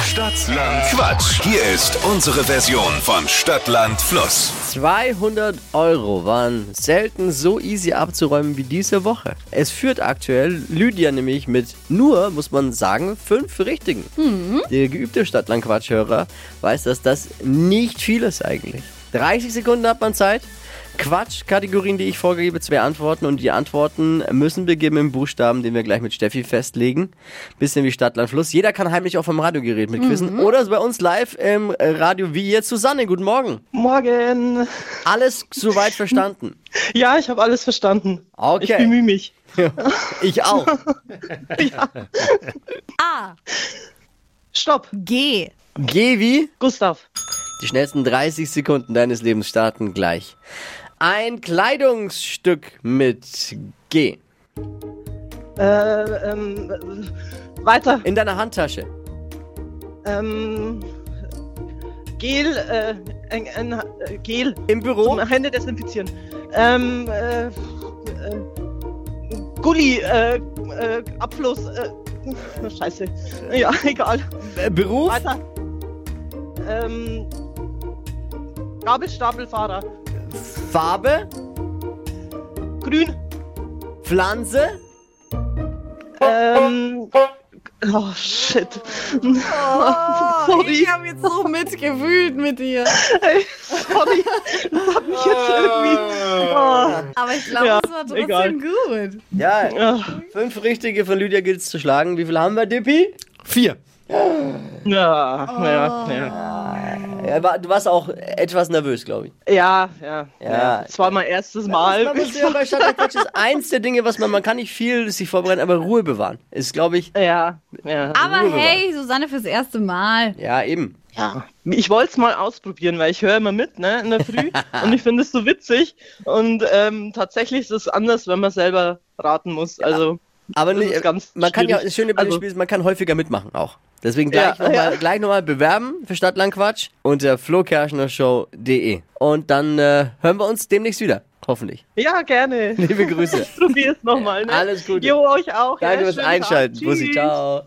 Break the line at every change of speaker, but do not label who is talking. Stadtland Quatsch. Hier ist unsere Version von Stadtland Fluss.
200 Euro waren selten so easy abzuräumen wie diese Woche. Es führt aktuell Lydia nämlich mit nur, muss man sagen, fünf Richtigen. Der geübte Stadtlandquatschhörer weiß, dass das nicht viel ist eigentlich. 30 Sekunden hat man Zeit. Quatschkategorien, die ich vorgebe, zwei Antworten und die Antworten müssen begeben im Buchstaben, den wir gleich mit Steffi festlegen. Bisschen wie Stadtland Fluss. Jeder kann heimlich auch vom Radiogerät mitquissen oder so bei uns live im Radio wie jetzt Susanne. Guten Morgen.
Morgen.
Alles soweit verstanden.
Ja, ich habe alles verstanden.
Okay.
Ich bemühe mich.
Ich auch.
A.
Stopp.
G.
Geh wie?
Gustav.
Die schnellsten 30 Sekunden deines Lebens starten gleich. Ein Kleidungsstück mit G.
Äh, ähm, äh, weiter.
In deiner Handtasche.
Ähm, Gel. Äh, ein, ein, äh, Gel.
Im Büro.
Zum Hände desinfizieren. Ähm, äh, äh, Gulli. Äh, äh, Abfluss. Äh, scheiße. Ja, egal.
Äh, Beruf.
Weiter. Ähm, Gabelstapelfahrer.
Farbe.
Grün.
Pflanze.
Ähm. Oh, shit. Sorry.
habe jetzt so mitgewühlt mit dir.
Ey, sorry. Das hat mich jetzt irgendwie. Oh.
Aber ich glaube,
Ja,
es war trotzdem
egal.
Ah. gut.
Ja,
Ja.
fünf richtige von Lydia gilt es zu schlagen. Wie viele haben wir, Dippi? Vier.
Ja, ja, ja.
Ja, war, Äh, du warst auch etwas nervös, glaube ich.
Ja, ja.
Ja.
Das war mein erstes Mal.
Man muss ja bei Stadtquatsch ist eins der Dinge, was man, man kann nicht viel sich vorbereiten, aber Ruhe bewahren. Ist, glaube ich,
Ja, ja.
Aber
Ruhe
hey, Susanne fürs erste Mal.
ja, eben.
Ich wollte es mal ausprobieren, weil ich höre immer mit, ne, in der Früh. und ich finde es so witzig. Und ähm, tatsächlich ist es anders, wenn man selber raten muss. Also,
Aber
Das
nee,
ist ganz
man kann ja,
schwierig.
das Schöne bei dem
Also-
Spiel ist, man kann häufiger mitmachen auch. Deswegen gleich
Ja,
nochmal
ja.
gleich noch mal bewerben für Stadtlandquatsch unter flokerschnershow.de. Und dann äh, hören wir uns demnächst wieder. Hoffentlich.
ja, gerne.
Liebe Grüße.
Probier es nochmal, ne?
Alles Gute.
Jo, euch auch.
Danke
ja,
fürs
schönen Tag.
Einschalten. Bussi,
Tschüss.
ciao.